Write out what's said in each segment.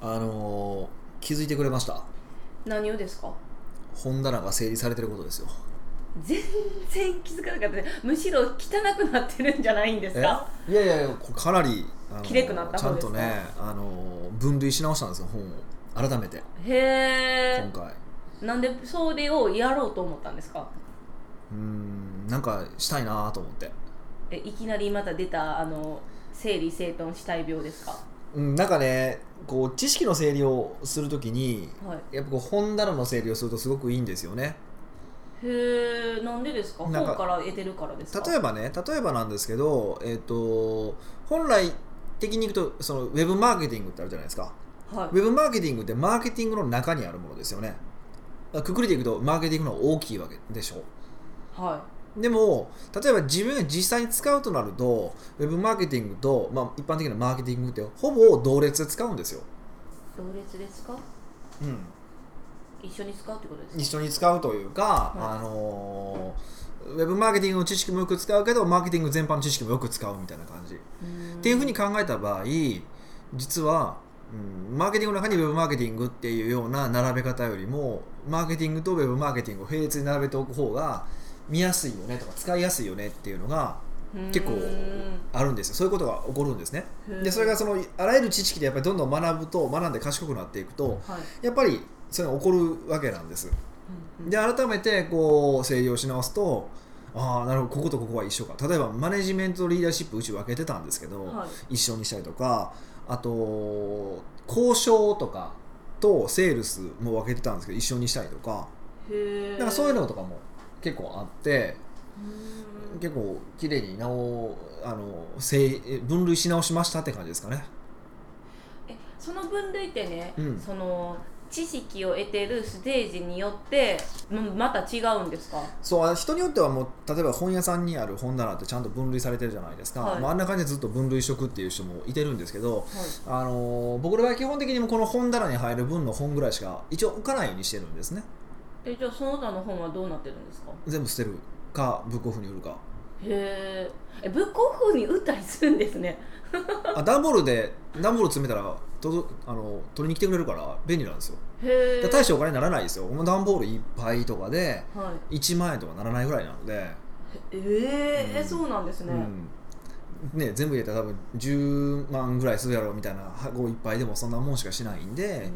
あのー気づいてくれました何をですか本棚が整理されてることですよ全然気づかなかったですむしろ汚くなってるんじゃないんですかいやいやいやこれかなりあのーきれいくなったちゃ方んですとかね、あのー分類し直したんですよ本を改めてへ今え回なんでそれをやろうと思ったんですかうーんなんかしたいなと思ってえいきなりまた出たあの整理整頓したい病ですかうんなんかねこう知識の整理をするときにはいやっぱこう本棚の整理をするとすごくいいんですよねへえなんでですかなんか本から得てるからですか例えばね例えばなんですけど、えっと本来的にいくとそのウェブマーケティングってあるじゃないですかはいウェブマーケティングってマーケティングの中にあるものですよねだからくくりでいくとマーケティングの方が大きいわけでしょはでも例えば自分が実際に使うとなるとウェブマーケティングと、まあ、一般的なマーケティングってほぼ同列で使うんですよ、い同列ですかうん、一緒に使うってことですか一緒に使うというか、はあいのーウェブマーケティングの知識もよく使うけどマーケティング全般の知識もよく使うみたいな感じ、っっていうふうに考えた場合実は、うん、マーケティングの中にウェブマーケティングっていうような並べ方よりもマーケティングとウェブマーケティングを並列に並べておく方が見やすいよねとか使いやすいよねっていうのが結構あるんですよそういうことが起こるんですねでそれがそのあらゆる知識でやっぱりどんどん学ぶと学んで賢くなっていくとはいやっぱりそれが起こるわけなんですうんうんで改めてこう整理をし直すとああなるほどこことここは一緒か例えばマネジメントとリーダーシップうち分けてたんですけど、はい一緒にしたりとかあと交渉とかとセールスも分けてたんですけど一緒にしたりとかへえなんかそういうのとかも結構あってうん結構綺麗になおあの整分類し直しましたって感じですかね。えその分類ってね、うんその知識を得てるステージによってんまた違うんですかそうあ人によってはもう例えば本屋さんにある本棚ってちゃんと分類されてるじゃないですか、はいまあ、あんな感じでずっと分類しとくっていう人もいてるんですけど、あのー僕らは基本的にもうこの本棚に入る分の本ぐらいしか一応置かないようにしてるんですねえじゃあその他の本はどうなってるんですか全部捨てるかブックオフに売るかへーえブックオフに売ったりするんですねあ段ボールで段ボール詰めたら届くあの取りに来てくれるから便利なんですよへだえから大してお金にならないですよこの段ボールいっぱいとかではい1万円とかならないぐらいなので、えーうんそうなんですね、うんね、全部入れたら多分10万ぐらいするやろみたいな箱いっぱいでもそんなもんしかしないんで、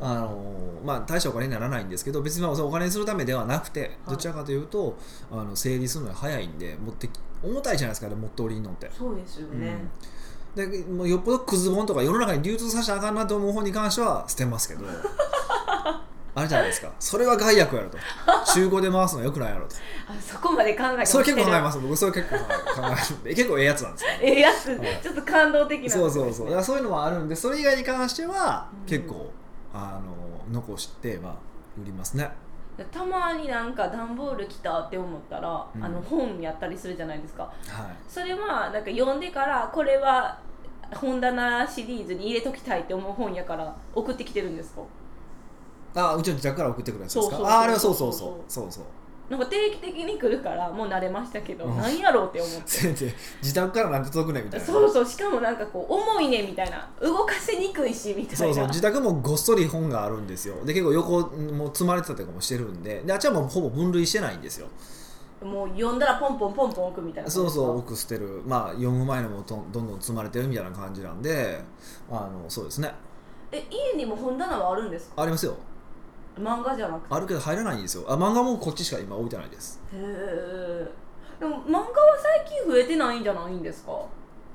うんあのまあ、大したお金にならないんですけど別にまあそのお金にするためではなくてどちらかというと、あの整理するのが早いんで持ってき重たいじゃないですかあれ持っておりに乗って。そうですよね、うん、でもうよっぽどクズ本とか世の中に流通させたらあかんなと思う本に関しては捨てます けどあれじゃないですかそれは害悪やろと中古で回すのはよくないやろと あそこまで考えてそれ結構考えすます僕それ結構考える結構ええやつなんですよえやつはいちょっと感動的なんですねそうそうそうだからそういうのはあるんでそれ以外に関してはうん結構、あの残しては売りますねたまになんか段ボール来たって思ったら、うんあの本やったりするじゃないですかはいそれはなんか読んでからこれは本棚シリーズに入れときたいって思う本やから送ってきてるんですかあうちの自宅から送ってくるやつですかそうそうそうああれはそうそうそうそうそうなんか定期的に来るからもう慣れましたけどうん何やろうって 思って先生自宅からなんて届くねんみたいなそうそうしかもなんかこう重いねみたいな動かせにくいしみたいなそうそう自宅もごっそり本があるんですよで結構横も積まれてたりとかもしてるんでであっちはもうほぼ分類してないんですよもう読んだらポンポンポンポン置くみたいなそうそうう奥捨てるまあ読む前のもどんどんどん積まれてるみたいな感じなんであのそうですねえ家にも本棚はあるんですかありますよ漫画じゃなくてあるけど入らないんですよあ漫画もこっちしか今置いてないですへえでも漫画は最近増えてないんじゃないんですか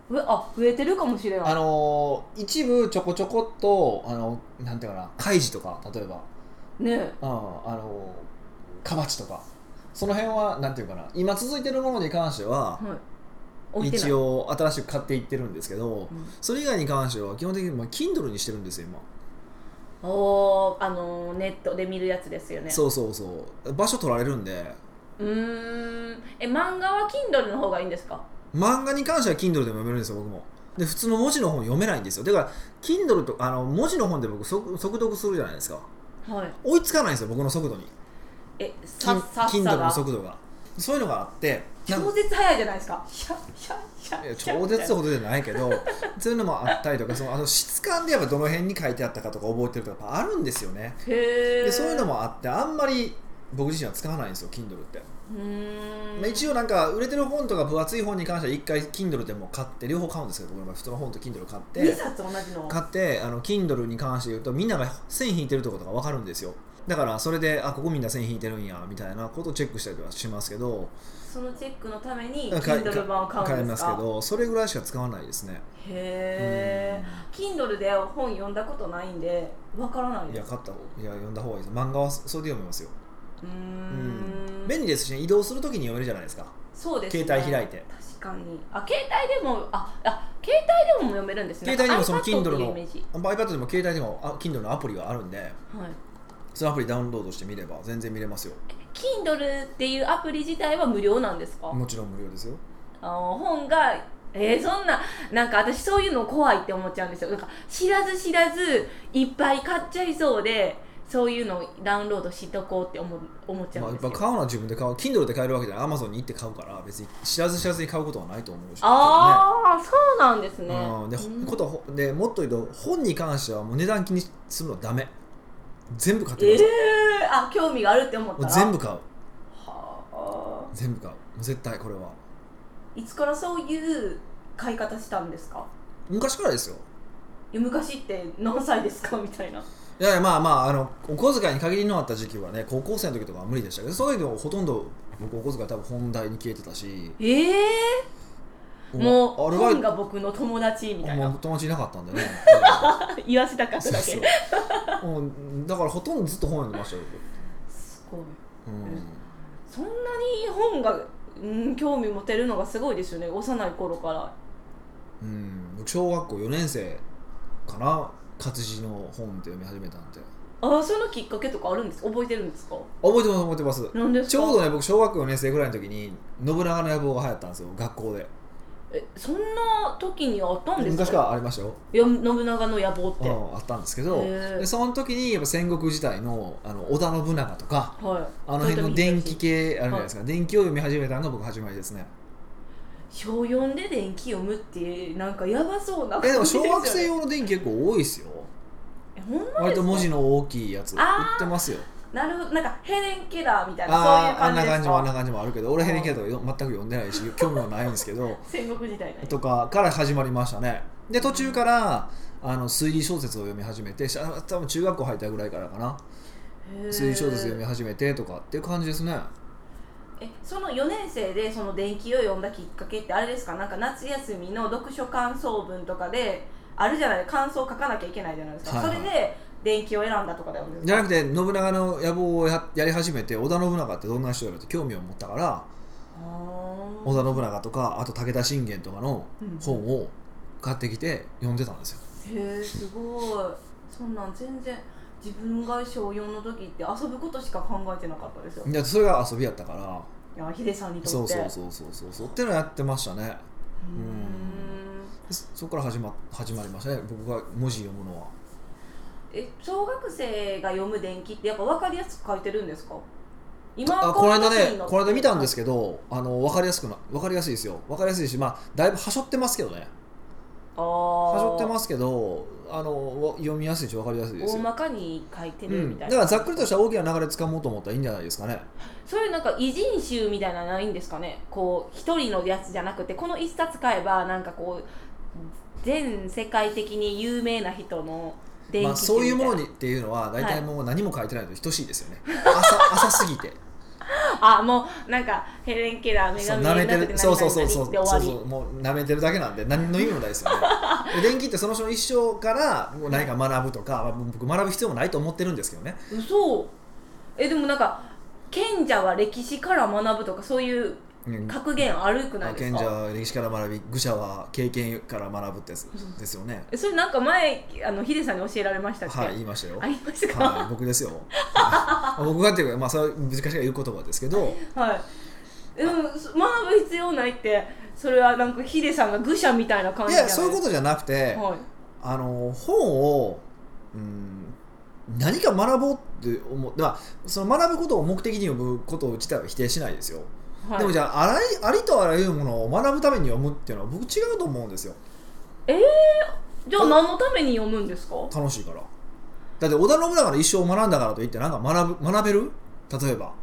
ふあ増えてるかもしれないあのー一部ちょこちょこっとあのなんていうかな開示とか例えばねえうん、あのカバチとかその辺はなんていうかな今続いてるものに関してははい置いてない一応新しく買っていってるんですけどうんそれ以外に関しては基本的にもう Kindle にしてるんですよ今、おーあのーネットで見るやつですよねそうそうそう場所取られるんでうーんえ漫画は Kindle の方がいいんですか漫画に関しては Kindle でも読めるんですよ僕もで普通の文字の本読めないんですよだから Kindle とあの文字の本で僕速速読するじゃないですかはい追いつかないんですよ僕の速度にえさキンっさっ Kindle さのが速度がそういうのがあってなん超絶早いじゃないですかシャッシャッシャいやッシャッ超絶ほどじゃないけどそういうのもあったりとかそのあの質感でやっぱどの辺に書いてあったかとか覚えてるとかやっぱあるんですよねへえでそういうのもあってあんまり僕自身は使わないんですよ Kindle って、うーんまあ、一応なんか売れてる本とか分厚い本に関しては一回 Kindle でも買って両方買うんですけど僕の場合普通の本と Kindle 買っ2て冊同じの買ってあの Kindle に関して言うとみんなが線引いてるとことか分かるんですよだからそれであここみんな線引いてるんやみたいなことをチェックしたりとかしますけどそのチェックのためにか Kindle 版を買買ういんでますすけかどそれぐらいしか使わないですねへえ Kindle で本読んだことないんでわからないいでやす買った方いや読んだ方がいいです漫画はそそれで読めますよ、うーうんん便利ですし、ね、移動するときに読めるじゃないですかそうですね携帯開いて確かにあ携帯でもああ携帯でも読めるんですね携帯にもその iPad っていう Kindle のイメージ、あ iPad でも携帯でもあ Kindle のアプリがあるんではい、そのアプリダウンロードしてみれば全然見れますよ Kindle っていうアプリ自体は無料なんですか、もちろん無料ですよあの本がえー、そんななんか私そういうの怖いって思っちゃうんですよなんか知らず知らずいっぱい買っちゃいそうでそういうのをダウンロードしとこうって思う思っちゃまうあ、んやでっすよぱ、買うのは自分で買う Kindle で買えるわけじゃない Amazon に行って買うから別に知らず知らずに買うことはないと思うしああそうなんですね、うん、で,、うんことほでもっと言うと本に関してはもう値段気にするのはダメ全部買ってえください、ー、あ興味があるって思ったもらう全部買うはあ全部買うもう絶対これはいつからそういう買い方したんですか昔からですよいや昔って何歳ですかみたいないやいやまあまああのお小遣いに限りのあった時期はね高校生の時とかは無理でしたけどその時はほとんど僕お小遣い多分本題に消えてたしええー、もうアルバイ本が僕の友達みたいもなう友達いなかったんで ね言わせたかったそうだそけ ううんだからほとんどずっと本読んでましたよすごい僕、うんそんなに本が、うん、興味持てるのがすごいですよね幼い頃からうん、僕小学校4年生かな活字の本って読み始めたんでああそのきっかけとかあるんです覚えてるんですか覚えてます覚えてますなんですかちょうどね僕小学校4年生ぐらいの時に信長の野望が流行ったんですよ学校でえそんな時にあったんですか昔からありましたよいや信長の野望って、うんあったんですけどへーでその時にやっぱ戦国時代のあの織田信長とかはいあの辺の電気系あるじゃいないですか、電気を読み始めたのが僕始まりですね小4で電気読むってなんかやばそうなえでも小学です生よね用の電気結構多いですよえほんまですか割と文字の大きいやつ売あってますよなるほどなんかヘレン・ケラーみたいなそういあうあーあん感じな感じですかもあんな感じもあるけど俺ヘレンケーとかよ全く読んでないし興味はないんですけど戦国時代のとかから始まりましたねで途中からあの推理小説を読み始めてしあ多分中学校入ったぐらいからかなへー推理小説読み始めてとかっていう感じですねえその4年生でその電気を読んだきっかけってあれですかなんか夏休みの読書感想文とかであるじゃない感想を書かなきゃいけないじゃないですか、はいはいそれで電気を選んだとかだよねじゃなくて信長の野望をややり始めて織田信長ってどんな人だろうって興味を持ったから織田信長とかあと武田信玄とかの本を買ってきて読んでたんですよ、へえすごいそんなん全然自分が小4の時って遊ぶことしか考えてなかったですよでそれが遊びやったからいやヒデさんにとってそうそうそうそうそうそうってのやってましたねうーんでそそこから始ま始まりましたね僕が文字読むのはえ小学生が読む電気ってやっぱ分かりやすく書いてるんですか今あこの間時ねに載ってこの間見たんですけどあの分かりやすくな分かりやすいですよ分かりやすいしまあだいぶはしょってますけどねあはしょってーますけどあのわ読みやすいし分かりやすいです大よまかに書いてうるみん、ただいかな、らざっくりとした大きな流れつかもうと思ったらいいんじゃないですかねそういうなんか偉人集みたいなのないんですかねこう一人のやつじゃなくてこの一冊買えばなんかこう全世界的に有名な人の伝記集みたいな、まあ、そういうものにっていうのは大体もう何も書いてないと等しいですよね、浅浅すぎて あもうなんかヘレン・ケラー女そう神舐めにてなっるててそう何そう々そうそう々ってそう終そわうもう舐めてるだけなんで何の意味もないですよ ねで電気ってその人の一生からもう何か学ぶとか、まあ僕学ぶ必要もないと思ってるんですけどねり嘘えでもなんか賢者は歴史から学ぶとかそういううん格言あるくないです賢か者は歴史から学び愚者は経験から学ぶってやつんですよねえそれなんか前あのヒデさんに教えられましたっけ、はい言いましたよありましたかはい、僕 ですよはい僕がっていうか、まあ、それは難しいから言う言葉ですけどはい。でもそ学ぶ必要ないってそれはなんかヒデさんが愚者みたいな感いじじゃなやそういうことじゃなくて、はい。あの本を、うん、何か学ぼうって思うだからその学ぶことを目的に読むこと自体は否定しないですよはいでもじゃああらいありとあらゆるものを学ぶために読むっていうのは僕違うと思うんですよじゃあ何のために読むんですか楽しいからだって織田信長の一生を学んだからといってなんか学ぶ学べる例えば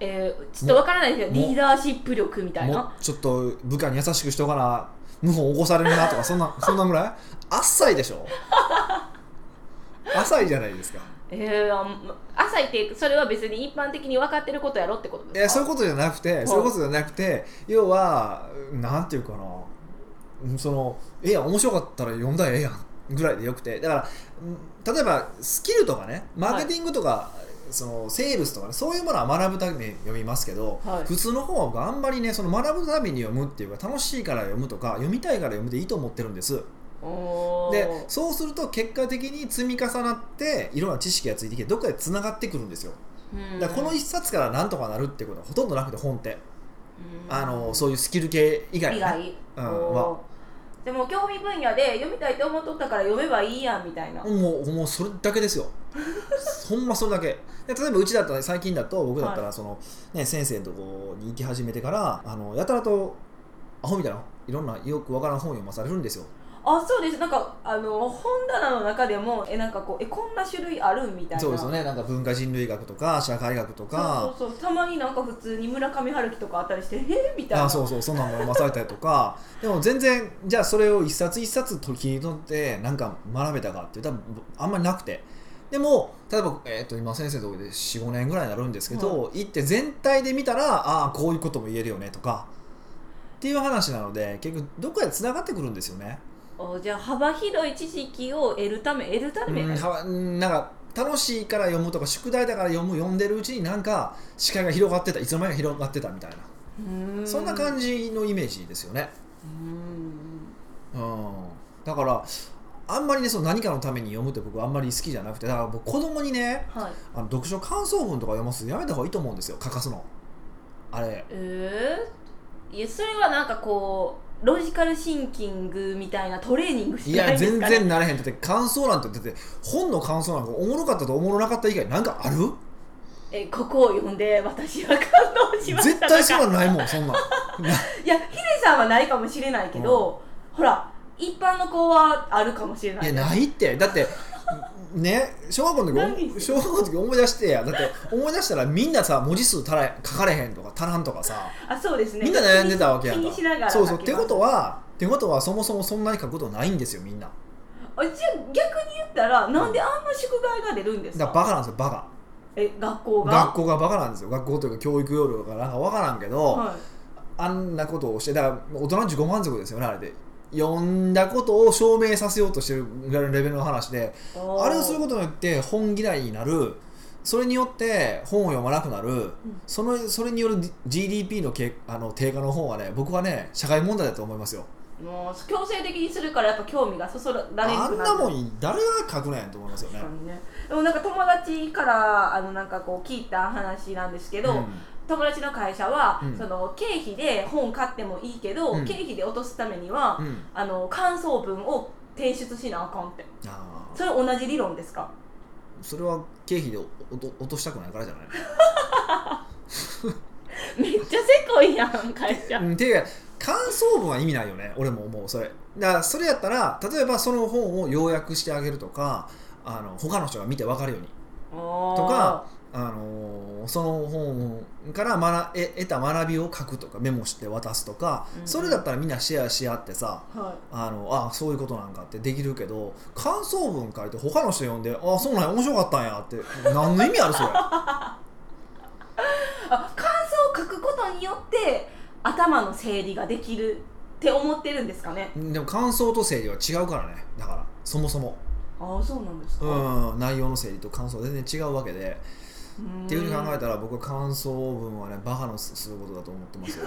えー、ちょっとわからないですけどもリーダーシップ力みたいもうなちょっと部下に優しくしておかな謀反起こされるなとかそんなそんなぐらいあっさいでし ょ浅いじゃないですかえー、あん浅いってそれは別に一般的に分かってることやろってこといでやすそうかいうことじゃなくてそういうことじゃなくて要はなんていうかなうんそのええやん面白かったら読んだらええやんぐらいでよくてだからうん例えばスキルとかねマーケティングとか、そのセールスとかねそういうものは学ぶために読みますけど、はい普通の本は僕あんまりねその学ぶために読むっていうか楽しいから読むとか読みたいから読むでいいと思ってるんですおーでそうすると結果的に積み重なっていろんな知識がついてきてどっかでつながってくるんですようんだからこの一冊からなんとかなるってことはほとんどなくて本ってうんあのそういうスキル系以外,、以外、うんおーでも興味分野で読みたいって思っとったから読めばいいやんみたいな、もうもうそれだけですよ ほんまそれだけで例えばうちだったら最近だと僕だったらその、ね、先生のとこに行き始めてからあのやたらとアホみたいないろんなよくわからん本読まされるんですよあそうですなんかあの本棚の中でもえなんかこうえこんな種類あるみたいなそうですよねなんか文化人類学とか社会学とかそうそうそうたまになんか普通に村上春樹とかあったりしてえー、みたいなあそうそうそんなんも読まされたりとか でも全然じゃあそれを一冊一冊と切り取ってなんか学べたかって言ったらあんまりなくてでも例えば、えー、と今先生のところで45年ぐらいになるんですけど、行って全体で見たらああこういうことも言えるよねとかっていう話なので結局どっかでつながってくるんですよね。おじゃあ幅広い知識を得るため得るため、うんあはうんなんか楽しいから読むとか宿題だから読む読んでるうちになんか視界が広がってたいつの間にか広がってたみたいな、そんな感じのイメージですよね。うん、だからあんまりねその何かのために読むって僕あんまり好きじゃなくてだから僕子供にねはいあの読書感想文とか読ますのやめた方がいいと思うんですよ書かすのあれえー、いやそれはなんかこうロジカルシンキングみたいなトレーニングしいてなやいんで全すか、ね、然なれへんだって感想なんてだって本の感想なんかおもろかったとおもろなかった以外なんかあるえここを読んで私は感動しまし絶たとか対そんなんないもんそんなんいやヒデさんはないかもしれないけど、ほら一般の子はあるかもしれないいやですないってだってね小学校の時何お小学校の時思い出してやだって思い出したらみんなさ文字数足らへん書かれへんとか足らんとかさあそうですねみんな悩んでたわけやん気かにしながらそうそうっ書きてますことはってことはそもそもそんなに書くことないんですよみんなあじゃあ逆に言ったらなんであんな宿題が出るんですだかからバカなんですよバカえ学校が学校がバカなんですよ学校というか教育要領がなんか分からんけど、はあんなことをしてだから大人自己満足ですよねあれで読んだことを証明させようとしてるぐらいのレベルの話でい、あれをするこことによって本嫌いになるそれによって本を読まなくなる、そのそれによる GDP のけあの低下の方はね僕はね社会問題だと思いますよともう強制的にするからやっぱ興味がそそられなくなあるんなもん誰が書くねんと思いますよね確かにねでもなんか友達からあのなんかこう聞いた話なんですけど、うん友達の会社は、うんその経費で本買ってもいいけど、うん経費で落とすためには、うんあの感想文を提出しなあかんってあーそれ同じ理論ですかそれは経費でおおと落としたくないからじゃない めっちゃせこいやん会社うん、ていうか感想文は意味ないよね俺も思うそれだからそれやったら例えばその本を要約してあげるとかあの他の人が見て分かるようにととかあのーその本から学え得た学びを書くとかメモして渡すとか、うんそれだったらみんなシェアし合ってさはあのあそういうことなんかってできるけど感想文書いて他の人読んであそうなんや面白かったんやって何の意味あるそれい、あ感想を書くことによって頭の整理ができるって思ってるんですかねでも感想と整理は違うからねだからそもそも、ああそうなんですか、うん、内容の整理と感想は全然違うわけで、んっていうふうに考えたら僕は感想文はねバカのすすることだと思って ますよ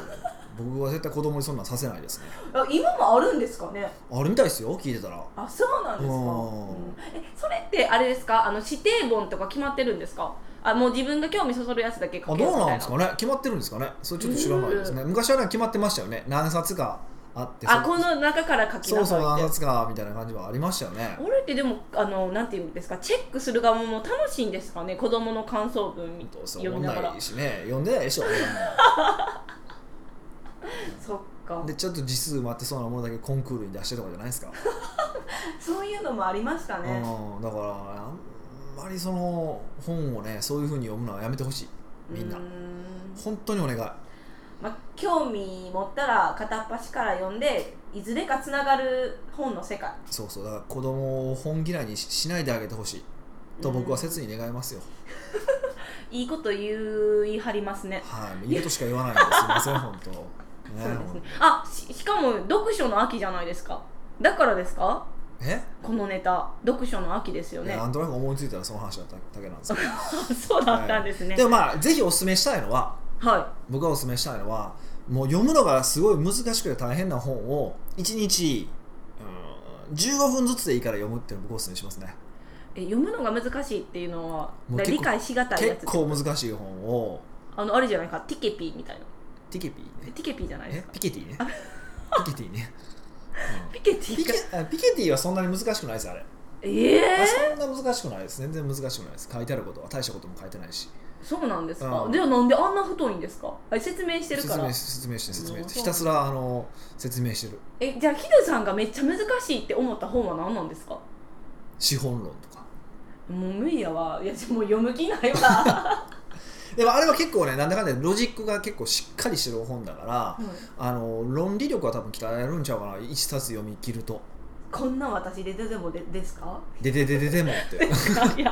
僕は絶対子供にそんなんさせないですねあ今もあるんですかねあれみたいですよ聞いてたらあそうなんですか、ううんんえそれってあれですかあの指定本とか決まってるんですかあもう自分が興味そそるやつだけあどう書けよみたいなんですかね決まってるんですかねそれちょっと知らないですね昔はね決まってましたよね何冊かあってあこの中から書きそなうそさういっ何て冊かみたいな感じはありましたよね俺ってでもあのなんていうんですかチェックする側も楽しいんですかね子供の感想文みどうせ読思みんながならいしね読んでないでしょかでちょっと字数埋まってそうなものだけコンクールに出してとかじゃないですか、そういうのもありましたねうん、だからあんまりその本をねそういうふうに読むのはやめてほしいみんなうー本当にお願いまあ、興味持ったら片っ端から読んでいずれかつながる本の世界そうそうだから子供を本嫌いにししないであげてほしいと僕は切に願いますよ、うんいいこと言い張りますねはいいいことしか言わないん ですすいません本当ねそうですねあししかも読書の秋じゃないですかだからですかえこのネタ読書の秋ですよいねやなんとなく思いついたらその話だっただけなんですけ そうだったんですねどでもまあぜひおすすめしたいのはは僕がおすすめしたいのはもう読むのがすごい難しくて大変な本を1日うん15分ずつでいいから読むっていうのを僕おすすめしますねいえ読むのが難しいっていうのはもうだから結構理解しがたいやつ結構難しい本をあのあれじゃないかティケピーみたいなティケピーえねティケピーじゃないですえかピケティねピケティね、うんピケテピィケかあピケティはそんなに難しくないですあれ、ええあそんな難しくないです全然難しくないです書いてあることは大したことも書いてないしそうなんですか、うんではなんであんな太いんですかあれ説明してる説から明し説明して説明うんしてひたすらあの説明してるえじゃあヒデさんがめっちゃ難しいって思った本は何なんですか資本論とかもう無理やわいやもう読む気ない わ、でもあれは結構ねなんだかんだでロジックが結構しっかりしてる本だからうんあの論理力は多分鍛えられるんちゃうかな一冊読み切るとこんな私で出てもでですか「でででででも」 っていやもうい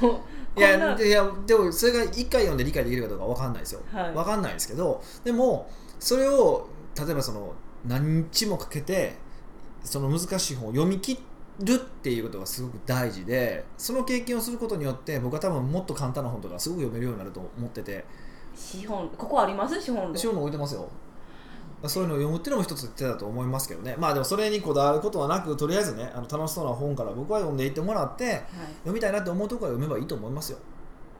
こんなやでいやでもそれが一回読んで理解できるかどうかわかんないですよ、はいわかんないですけどでもそれを例えばその何日もかけてその難しい本を読み切るっていうことがすごく大事でその経験をすることによって僕は多分もっと簡単な本とかすごく読めるようになると思ってて資本ここあります資本論資本の置いてますよそういうのを読むっていうのも一つ手だと思いますけどねまあでもそれにこだわることはなくとりあえずねあの楽しそうな本から僕は読んでいってもらってはい読みたいなって思うところから読めばいいと思いますよ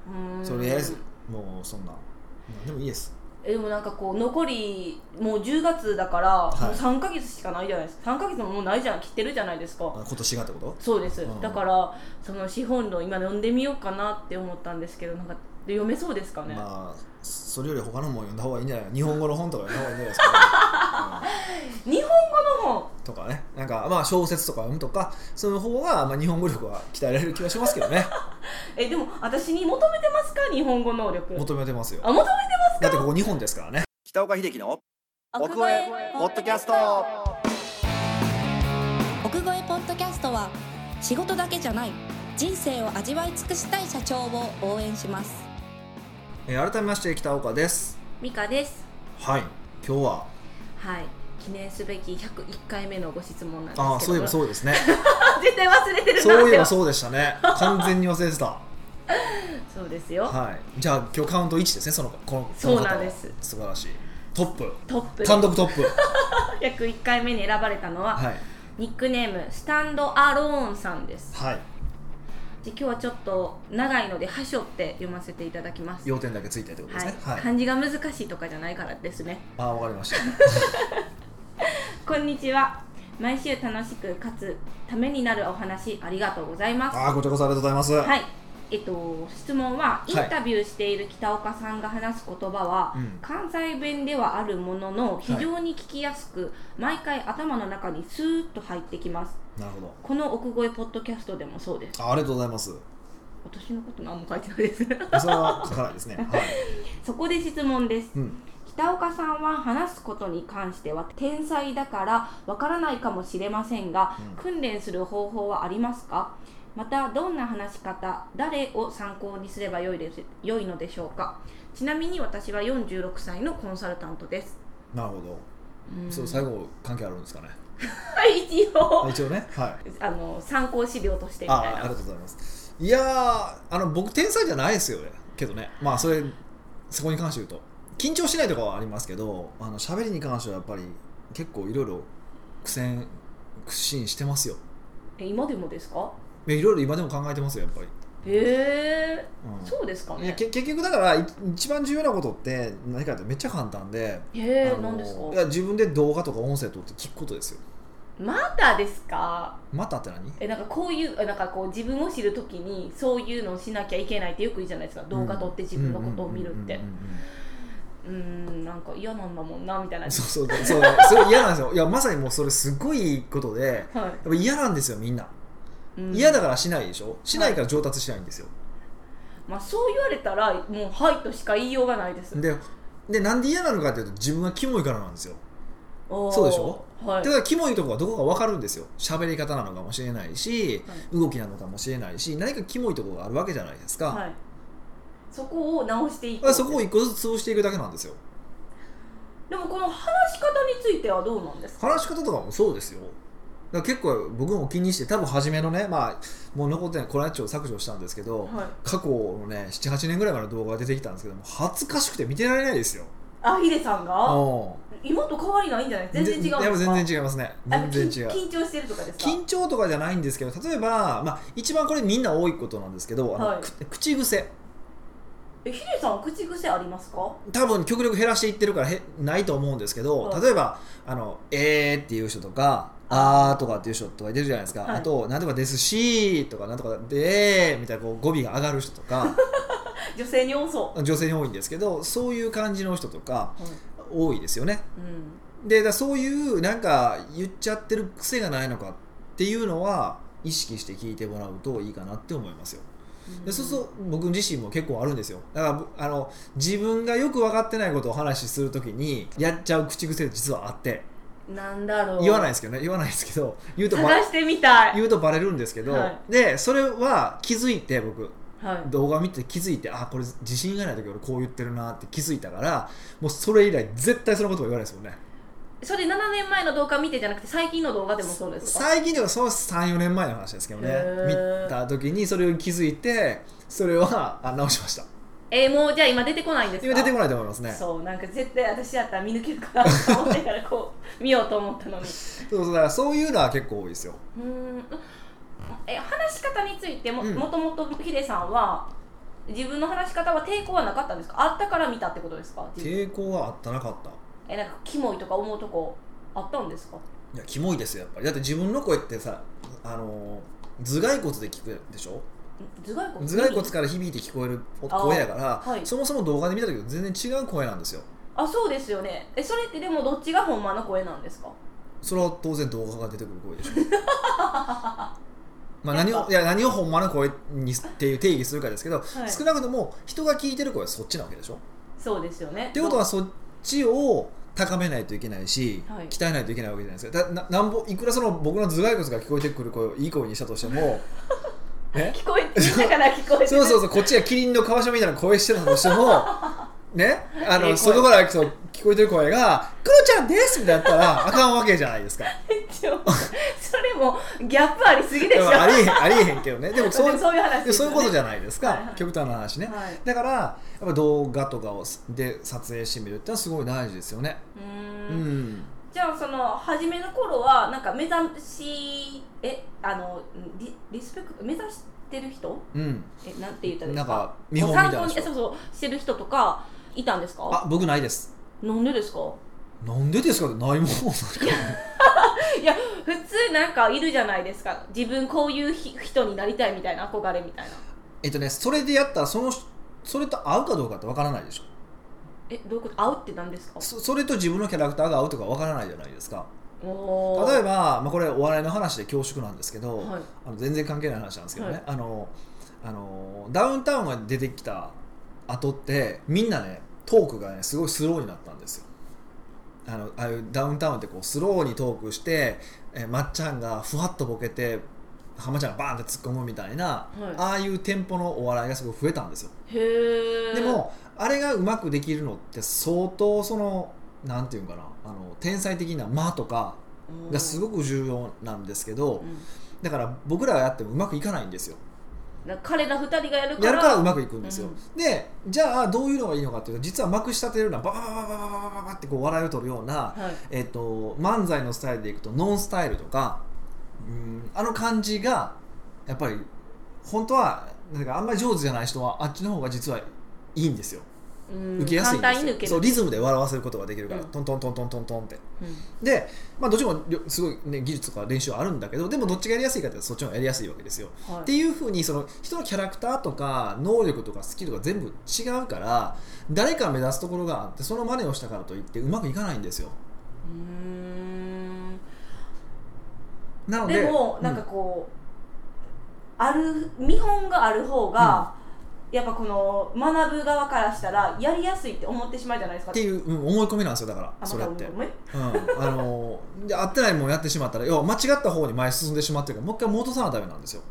うーんとりあえずもうそんななんでもいいですえでもなんかこう残りもう10月だから、いもう3か月しかないじゃないですか3か月ももうないじゃん切ってるじゃないですかあ今年がってことそうです、うんだからその資本論今読んでみようかなって思ったんですけどなんか読めそうですかね、まあそれより他のもん読んだ方がいいんじゃないか日本語の本とか読んだ方がいいんじゃないですか、日本語の本 うんとかねなんかまあ小説とか読むとかその方がまあ日本語力は鍛えられる気はしますけど ねえでも私に求めてますか日本語能力求めてますよあ求めてますだってここ日本ですからね北岡秀樹の奥越えポッドキャスト奥越えポッドキャストは仕事だけじゃない人生を味わい尽くしたい社長を応援しますえー改めまして北岡ですミカですはい今日ははい記念すべき101回目のご質問なんですけどああそういえばそうです ね絶対忘れてるなそういえばそそうでしたね完全に忘れてたうですよはいじゃあ今日カウント1ですねそのこのそうなんです素晴らしいトップトップ単独ト ップ101回目に選ばれたのは、はいニックネームスタンドアローンさんですはいで今日はちょっと長いので「はしょ」って読ませていただきます要点だけついてってことですねはい、漢字が難しいとかじゃないからですねああわかりましたこんにちは毎週楽しくかつためになるお話ありがとうございますああこちらこそありがとうございますはいいえっと質問はインタビューしている北岡さんが話す言葉は、うん関西弁ではあるものの非常に聞きやすく、毎回頭の中にスーッと入ってきますなるほどこの奥越えポッドキャストでもそうですあありがとうございます私のこと何も書いてないです それは書かないですねはい、そこで質問ですうん、北岡さんは話すことに関しては天才だからわからないかもしれませんが、うん訓練する方法はありますかまたどんな話し方誰を参考にすればよいです良いのでしょうかちなみに私は46歳のコンサルタントです、なるほど、うんそう最後関係あるんですかねはい 一応一応ねはいあの参考資料と してみあたあいありがなとうございますいやーあの僕天才じゃないですよねけどねまあそれそこに関して言うと緊張しないとかはありますけどあの喋りに関してはやっぱり結構いろいろ苦戦苦心してますよえ今でもですかいやいろいろ今でも考えてますよやっぱり、へえうんそうですかいやねけ結局だからい一番重要なことって何かってめっちゃ簡単で、へえあの何ですかいや自分で動画とか音声撮って聞くことですよまたですかまたって何えなんかこういうえなんかこう自分を知るときにそういうのをしなきゃいけないってよく言うじゃないですか動画撮って自分のことを見るってうんうんうんうんうんうーんなんか嫌なんだもんなみたいなそうそうそうそれ嫌なんですよいやまさにもうそれすごいことでやっはぱ嫌なんですよみんないうん嫌だからしないでしょしないから上達しないんですよまあそう言われたらもうはいとしか言いようがないですででなんで嫌なのかっていうと自分がキモいからなんですよおーそうでしょはいだからキモいとこがどこか分かるんですよ喋り方なのかもしれないし、動きなのかもしれないし何かキモいとこがあるわけじゃないですか、はい、そこを直していまくあそこを一個ずつ潰していくだけなんですよでもこの話し方についてはどうなんですか話し方とかもそうですよだから結構僕も気にして多分初めのねまあもう残ってないコラッチを削除したんですけど、はい、過去のね78年ぐらい前の動画が出てきたんですけども恥ずかしくて見てられないですよあヒデさんがう今と変わりないんじゃないん全然違うんでですかやっぱ全然違いますねあの全然違う緊緊張してるとかですか緊張とかじゃないんですけど例えば、まあ、一番これみんな多いことなんですけどあの、はいく口癖えヒデさん口癖ありますか多分極力減らしていってるからへないと思うんですけど、はい例えば「あのえー」っていう人とか「あー」とかっていう人とか出るじゃないですか、はいあと「なんとかですし」とか「なんとかでー」みたいなこう語尾が上がる人とか女性に多そ女性に多いんですけどそういう感じの人とかう、多いですよね。うんでだからそういうなんか言っちゃってる癖がないのかっていうのは意識して聞いてもらうといいかなって思いますよ。でそうすると僕自身も結構あるんですよだからぼあの自分がよく分かってないことをお話しするときにやっちゃう口癖実はあってうんなんだろう言わないいですけどね言わないですけど言うとば探してみたい言うとバレるんですけど、はでそれは気づいて僕はい動画見て気づいてあこれ自信がない時俺こう言ってるなって気づいたからもうそれ以来絶対そのことは言わないですもんねそれ7年前の動画見てじゃなくて最近の動画でもそうですか最近ではそう34年前の話ですけどねへー見た時にそれを気づいてそれはあ直しましたえー、もうじゃあ今出てこないんですか今出てこないと思いますねそうなんか絶対私やったら見抜けるかなと思ってからこう見ようと 思ったのにそうそうだからそういうのは結構多いですようーんえ話し方についても,、うんもともとヒデさんは自分の話し方は抵抗はなかったんですかあったから見たってことですか自分抵抗はあったなかったえなんかキモいとか思うとこあったんですかいやキモいですよやっぱりだって自分の声ってさあのー頭蓋骨で聞くでしょ頭蓋骨頭蓋骨から響いて聞こえるおあー声やから、はいそもそも動画で見た時と全然違う声なんですよあそうですよねえそれってでもどっちがほんまの声なんですかそれは当然動画が出てくる声 でしょまあ何をいや何をほんまの声にっていう定義するかですけど、はい少なくとも人が聞いてる声はそっちなわけでしょそうですよねってことはそっちを高めないといけないし、はい鍛えないといけないわけじゃないですかだななんぼいくらその僕の頭蓋骨が聞こえてくる声をいい声にしたとしてもね聞こえてるから聞こえてるそうそううそうこっちがキリンの川島みたいな声してたとしてもねあええの声外からそう聞こえてる声が「クロちゃんです!」みたいになったらあかんわけじゃないですか それもギャップありすぎでしでょもありえへんありえへんけどね でもそそううそういう話でそういうことじゃゃないですか、はいはい極端な話ね、はいだからやっぱ動画とかをで撮影してみるってのはすごい大事ですよねううーんんじゃあその初めの頃はなんか目指しえあのリリスペクト目指してる人うんえなんて言ったらいいなんか見で本すみかたいな参考にそうそうしてる人とかいたんですかあ僕ないですなんでですかなんでですかってないもん 普通なんかいるじゃないですか自分こういうひ人になりたいみたいな憧れみたいなえっとねそれでやったらそのそれと合うかどうかってわからないでしょえどういうこと合うって何ですかそそれと自分のキャラクターが合うとかわからないじゃないですかおー例えば、まあ、これお笑いの話で恐縮なんですけど、はいあの全然関係ない話なんですけどね、はいあのあのダウンタウンが出てきた後ってみんなねトークがねすごいスローになったんですよあのああいうダウンタウンってこうスローにトークしてえーまっちゃんがふわっとボケて浜ちゃんがバーンって突っ込むみたいな、はいああいうテンポのお笑いがすごい増えたんですよへえでもあれがうまくできるのって相当そのなんていうんかなあの天才的な間とかがすごごく重要なんですけど、うんだから僕らがやってもうまくいかないんですよだから彼ら二人がやるからやるからうまくいくんですよ、うでじゃあどういうのがいいのかっていうと実はまくし立てるようなバババババババババってこう笑いを取るような、はいえっと漫才のスタイルでいくとノンスタイルとかうんあの感じがやっぱり本当はなんかあんまり上手じゃない人はあっちの方が実はいいんですようん受けやすいん簡単に抜でけするよそうリズムで笑わせることができるから、うんトントントントントントンってうんで、まあ、どっちもりょすごい、ね、技術とか練習はあるんだけどでもどっちがやりやすいかってそっちの方がやりやすいわけですよ、はいっていうふうにその人のキャラクターとか能力とかスキルとか全部違うから誰か目指すところがあってその真似をしたからといってうまくいかないんですようーんなのででもうなんかこう、ある見本がある方が、やっぱこの学ぶ側からしたらやりやすいって思ってしまうじゃないですかっていう、うん、思い込みなんですよだからあそれって、うん、またあので合ってないもんやってしまったら要は間違った方に前進んでしまってるからもう一回戻さなダメなんですよ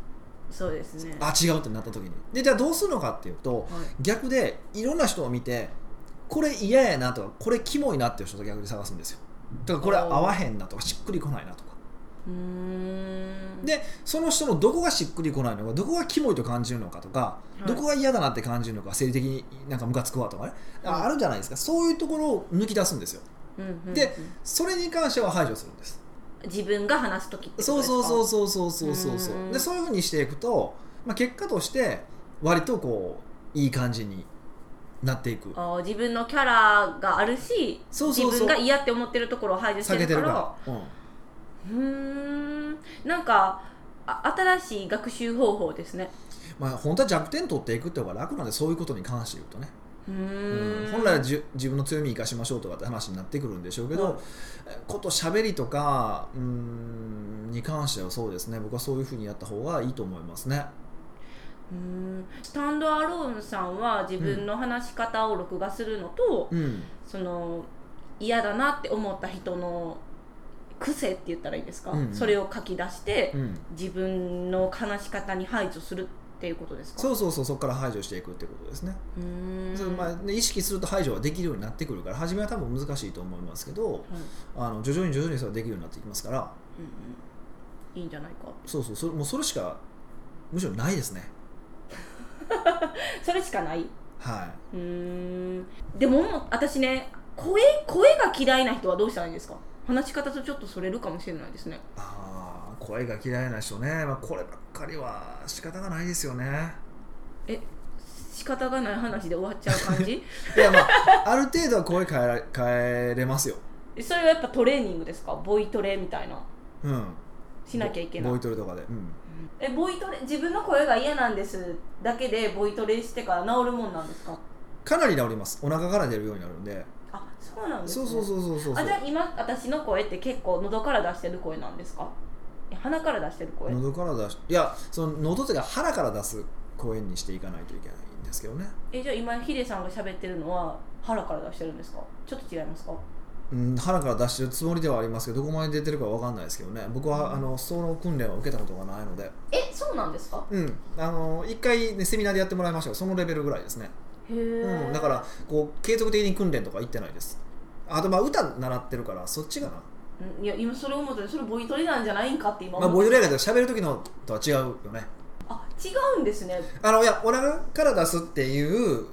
そうですねあ違うってなった時にでじゃあどうするのかっていうと、はい逆でいろんな人を見てこれ嫌やなとかこれキモいなっていう人と逆に探すんですよだからこれ合わへんなとかしっくりこないなとかうーんでその人のどこがしっくりこないのかどこがキモいと感じるのかとか、はいどこが嫌だなって感じるのか生理的になんかムカつくわとかねはいああるじゃないですかそういうところを抜き出すんですようんうんうんでそれに関しては排除するんです自分が話す時ってことですそうかそうそうそうそうそうそうそううんでそういうふうにしていくと、まあ、結果として割とこういい感じになっていくあー自分のキャラがあるしそうそうそう自分が嫌って思ってるところを排除して避けるてからるから、うん、うーんなんかあ新しい学習方法ですねまあ、本当は弱点取っていくって方が楽なんでそういうことに関して言うとね、うーうんん本来はじゅ自分の強み生かしましょうとかって話になってくるんでしょうけど、はいこと喋りとかうんに関してはそうですね僕はそういうふうにやった方がいいと思いますねうーんスタンドアローンさんは自分の話し方を録画するのと、うんその嫌だなって思った人の癖って言ったらいいですか、うんそれを書き出して、うん自分の話し方に排除するっていうことですかそうそうそうそこから排除していくってことですね、うーんそれまあね意識すると排除はできるようになってくるから初めは多分難しいと思いますけどはいあの徐々に徐々にそれはできるようになっていきますからうんうんいいんじゃないかそうそうそれもうそれしかむしろないですねそれしかないはうーんでももう私ね声声が嫌いな人はどうしたらいいんですか話し方とちょっとそれるかもしれないですねいあー声が嫌いな人ね、まあ、こればっかりは仕方がないですよね仕方がない話で終わっちゃう 感じいやまあある程度は声変えら変えれますよそれはやっぱトレーニングですかボイトレみたいなうんしなきゃいけないボイトレとかで、うん、えボイトレ自分の声が嫌なんですだけでボイトレしてから治るもんなんですかかなり治りますお腹から出るようになるんであそうなんですそねうそうそうそうそうそあうじゃあ今私の声って結構喉から出してる声なんですかえ鼻から出してる声喉から出しいやその喉というか腹から出す声にしていかないといけないんですけどねえじゃあ今ヒデさんが喋ってるのは腹から出してるんですかちょっと違いますかうん、腹から出してるつもりではありますけどどこまで出てるかわかんないですけどね僕は、あのその訓練を受けたことがないのでえそうなんですかうんあの一回、ね、セミナーでやってもらいましたけどそのレベルぐらいですね、へうん、だからこう継続的に訓練とか行ってないですあとまあ歌習ってるからそっちかならいや今それ思ったらそれボイトレなんじゃないんかって今まあ思っボイトレやけど喋る時のとは違うよねあ違うんですねあのいやお腹から出すっていう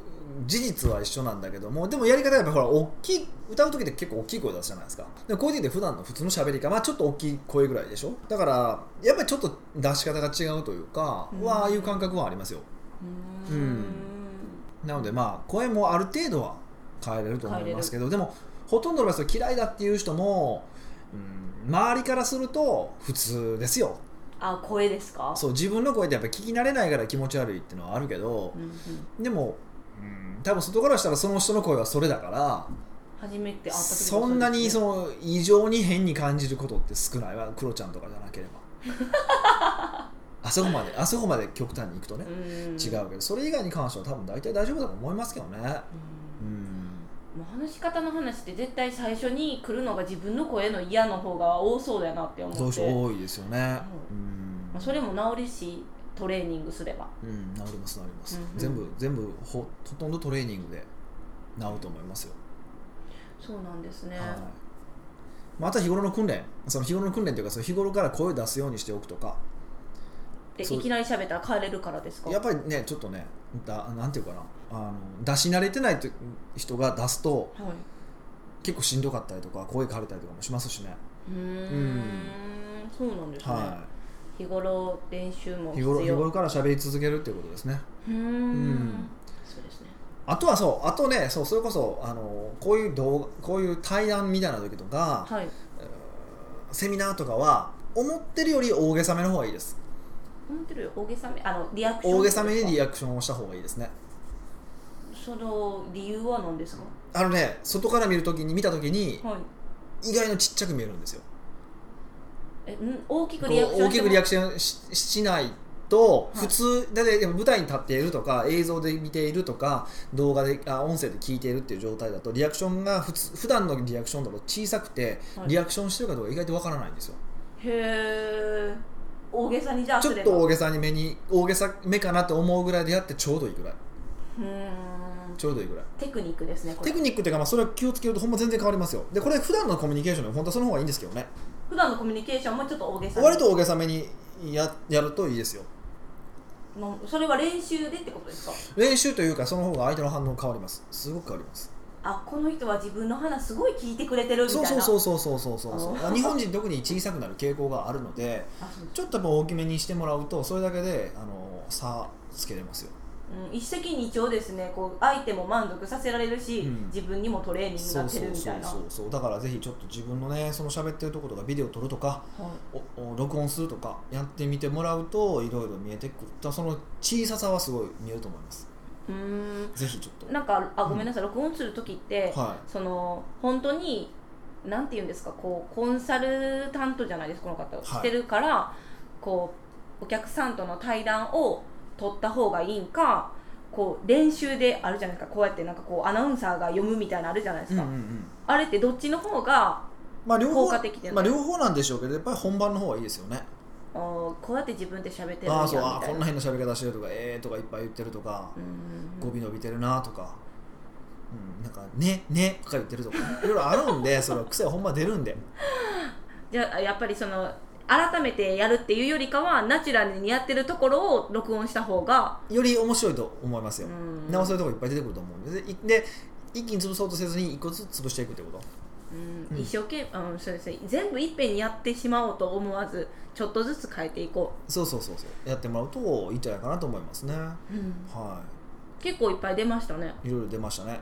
事実は一緒なんだけどもでもやり方がやっぱほら大きい歌う時って結構大きい声出すじゃないですかでもこういう時って普段の普通の喋りかまあちょっと大きい声ぐらいでしょだからやっぱりちょっと出し方が違うというか、うんはああいう感覚はありますようーうんなのでまあ声もある程度は変えれると思いますけどでもほとんどの人嫌いだっていう人も、うん、周りからすると普通ですよあ声ですかそう自分の声ってやっぱ聞き慣れないから気持ち悪いっていうのはあるけど、うんうんでも、うん、多分外からしたらその人の声はそれだから初めて会った時もうですねそんなにその異常に変に感じることって少ないわクロちゃんとかじゃなければ あそこまであそこまで極端にいくとね、う違んうけどそれ以外に関しては多分大体大丈夫だと思いますけどねううんんもう話し方の話って絶対最初に来るのが自分の声の嫌の方が多そうだなって思ってどうしよう多いですよねううんまあ、それも治るしトレーニングすればうん治ります治ります、うんうん全部全部ほほとんどトレーニングで治ると思いますよそうなんですね、はいまあ、あとは日頃の訓練その日頃の訓練というかその日頃から声を出すようにしておくとかでそういきなり喋ったら帰れるからですかやっぱりねちょっとねだなんていうかなあの出し慣れてないと人が出すとはい、結構しんどかったりとか声枯れたりとかもしますしね、うーんそうなんですね、は日頃練習もい、必日要頃日頃から喋り続けるっていうことですねうーんうんそうですねあとはそうあとねそうそれこそあのこういう動画こういう対談みたいな時とか、はいセミナーとかは思ってるより大げさめの方がいいです思ってるよ大げさめあのリアクション大げさめにリアアクションをした方がいいですねその理由は何ですかあのね外から見る時に見た時にはい意外のちっちゃく見えるんですよえん大きこくうリアクション大きくリアククションししないとは普い通、だってでも舞台に立っているとか映像で見ているとか動画であ音声で聞いているっていう状態だとリアクションが普通普段のリアクションだと小さくて、はいリアクションしてるかどうか意外とわからないんですよへえ大げさにじゃあちょすっればと大げさに目に大げさ目かなと思うぐらいでやってちょうどいいぐらいうーんちょうどいいぐらいテクニックですねこれテクニックっていうか、まあ、それは気をつけるとほんま全然変わりますよでこれ普段のコミュニケーションでも本当はその方がいいんですけどね普段のコミュニケーションもちょっと大げさに割と大げさめにややるといいですよもうそれは練習でってことですか練習というかその方が相手の反応変わりますすごく変わりますあこの人は自分の話すごい聞いてくれてるみたそいうなそうそうそうそうそうそうそうあー日本人特に小さくなる傾向があるの であそうちょっとやっぱ大きめにしてもらうとそれだけであの差つけれますようん、一石二鳥ですねこう相手も満足させられるし、うん自分にもトレーニングにそなうってそるうみそたいうなそうそうだからぜひちょっと自分のねその喋ってるとことかビデオ撮るとかはいおお録音するとかやってみてもらうといろいろ見えてくるだからその小ささはすごい見えると思いますうーんぜひちょっとなんかあごめんなさい、録音する時って、はその本当になんて言うんですかこうコンサルタントじゃないですかこの方、いしてるからこうお客さんとの対談を取った方がいいんかこう練習であるじゃないですかこうやってなんかこうアナウンサーが読むみたいなのあるじゃないでい、うすんうか、んうんあれってどっちの方がまあ両効方果的じゃまなあ、い、両方なんでしょうけどやっぱり本番の方がいいですよねあーこうやって自分で喋ってるんやああみそうああたこんいなな変な喋り方してるとかええー、とかいっぱい言ってるとか、うんうんう語ん尾伸びてるなとか、うん、なんか「ね」「ね」とか言ってるとかいろいろあるん でそれは癖はほんま出るんでじゃあやっぱりその改めてやるっていうよりかはナチュラルにやってるところを録音した方が、より面白いと思いますよ、うん直せるとこいっぱい出てくると思うんででいで一気に潰そうとせずに一個ずつ潰していくってことうんうん一生懸命、うん、そうですね全部いっぺんにやってしまおうと思わずちょっとずつ変えていこそうそうそうそうやってもらうといいんじゃないかなと思いますねう、うんは結構いっぱい出ましたねいいろいろ出ましたね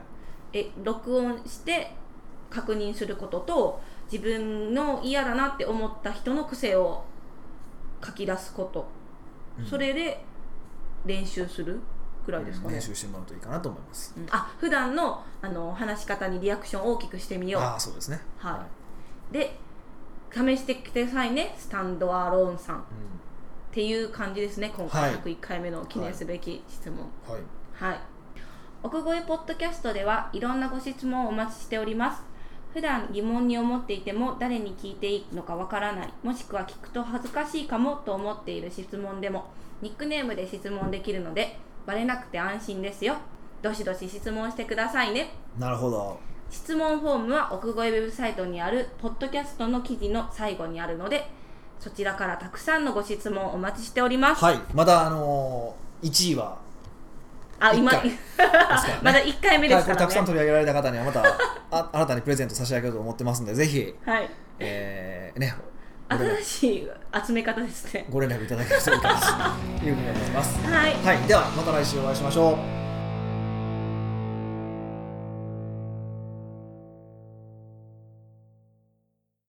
え録音して確認することと自分の嫌だなって思った人の癖を書き出すこと、うんそれで練習するくらいですかね、練習してもらうといいかなと思いますうんあ普段のあの話し方にリアクションを大きくしてみようああそうですねはで試してくださいねスタンドアローンさんっうんていう感じですね今回はい101回目の記念すべき質問はいはい、奥越えポッドキャストではいろんなご質問をお待ちしております普段疑問に思っていても誰に聞いていいのかわからないもしくは聞くと恥ずかしいかもと思っている質問でもニックネームで質問できるのでバレなくて安心ですよどしどし質問してくださいねなるほど質問フォームは奥越えウェブサイトにあるポッドキャストの記事の最後にあるのでそちらからたくさんのご質問お待ちしております、はいまだあのー、1位 はあ今一回ですからねまだ1回目ではい、すこかれたらくさんね取り上げられた方にはまたあ新たにプレゼント差し上げようと思ってますんでぜひ、はいえーね、ご連絡新しい集め方ですねご連絡いただけるといいかなというふうに思います。はいはい、ではまた来週お会いしましょう。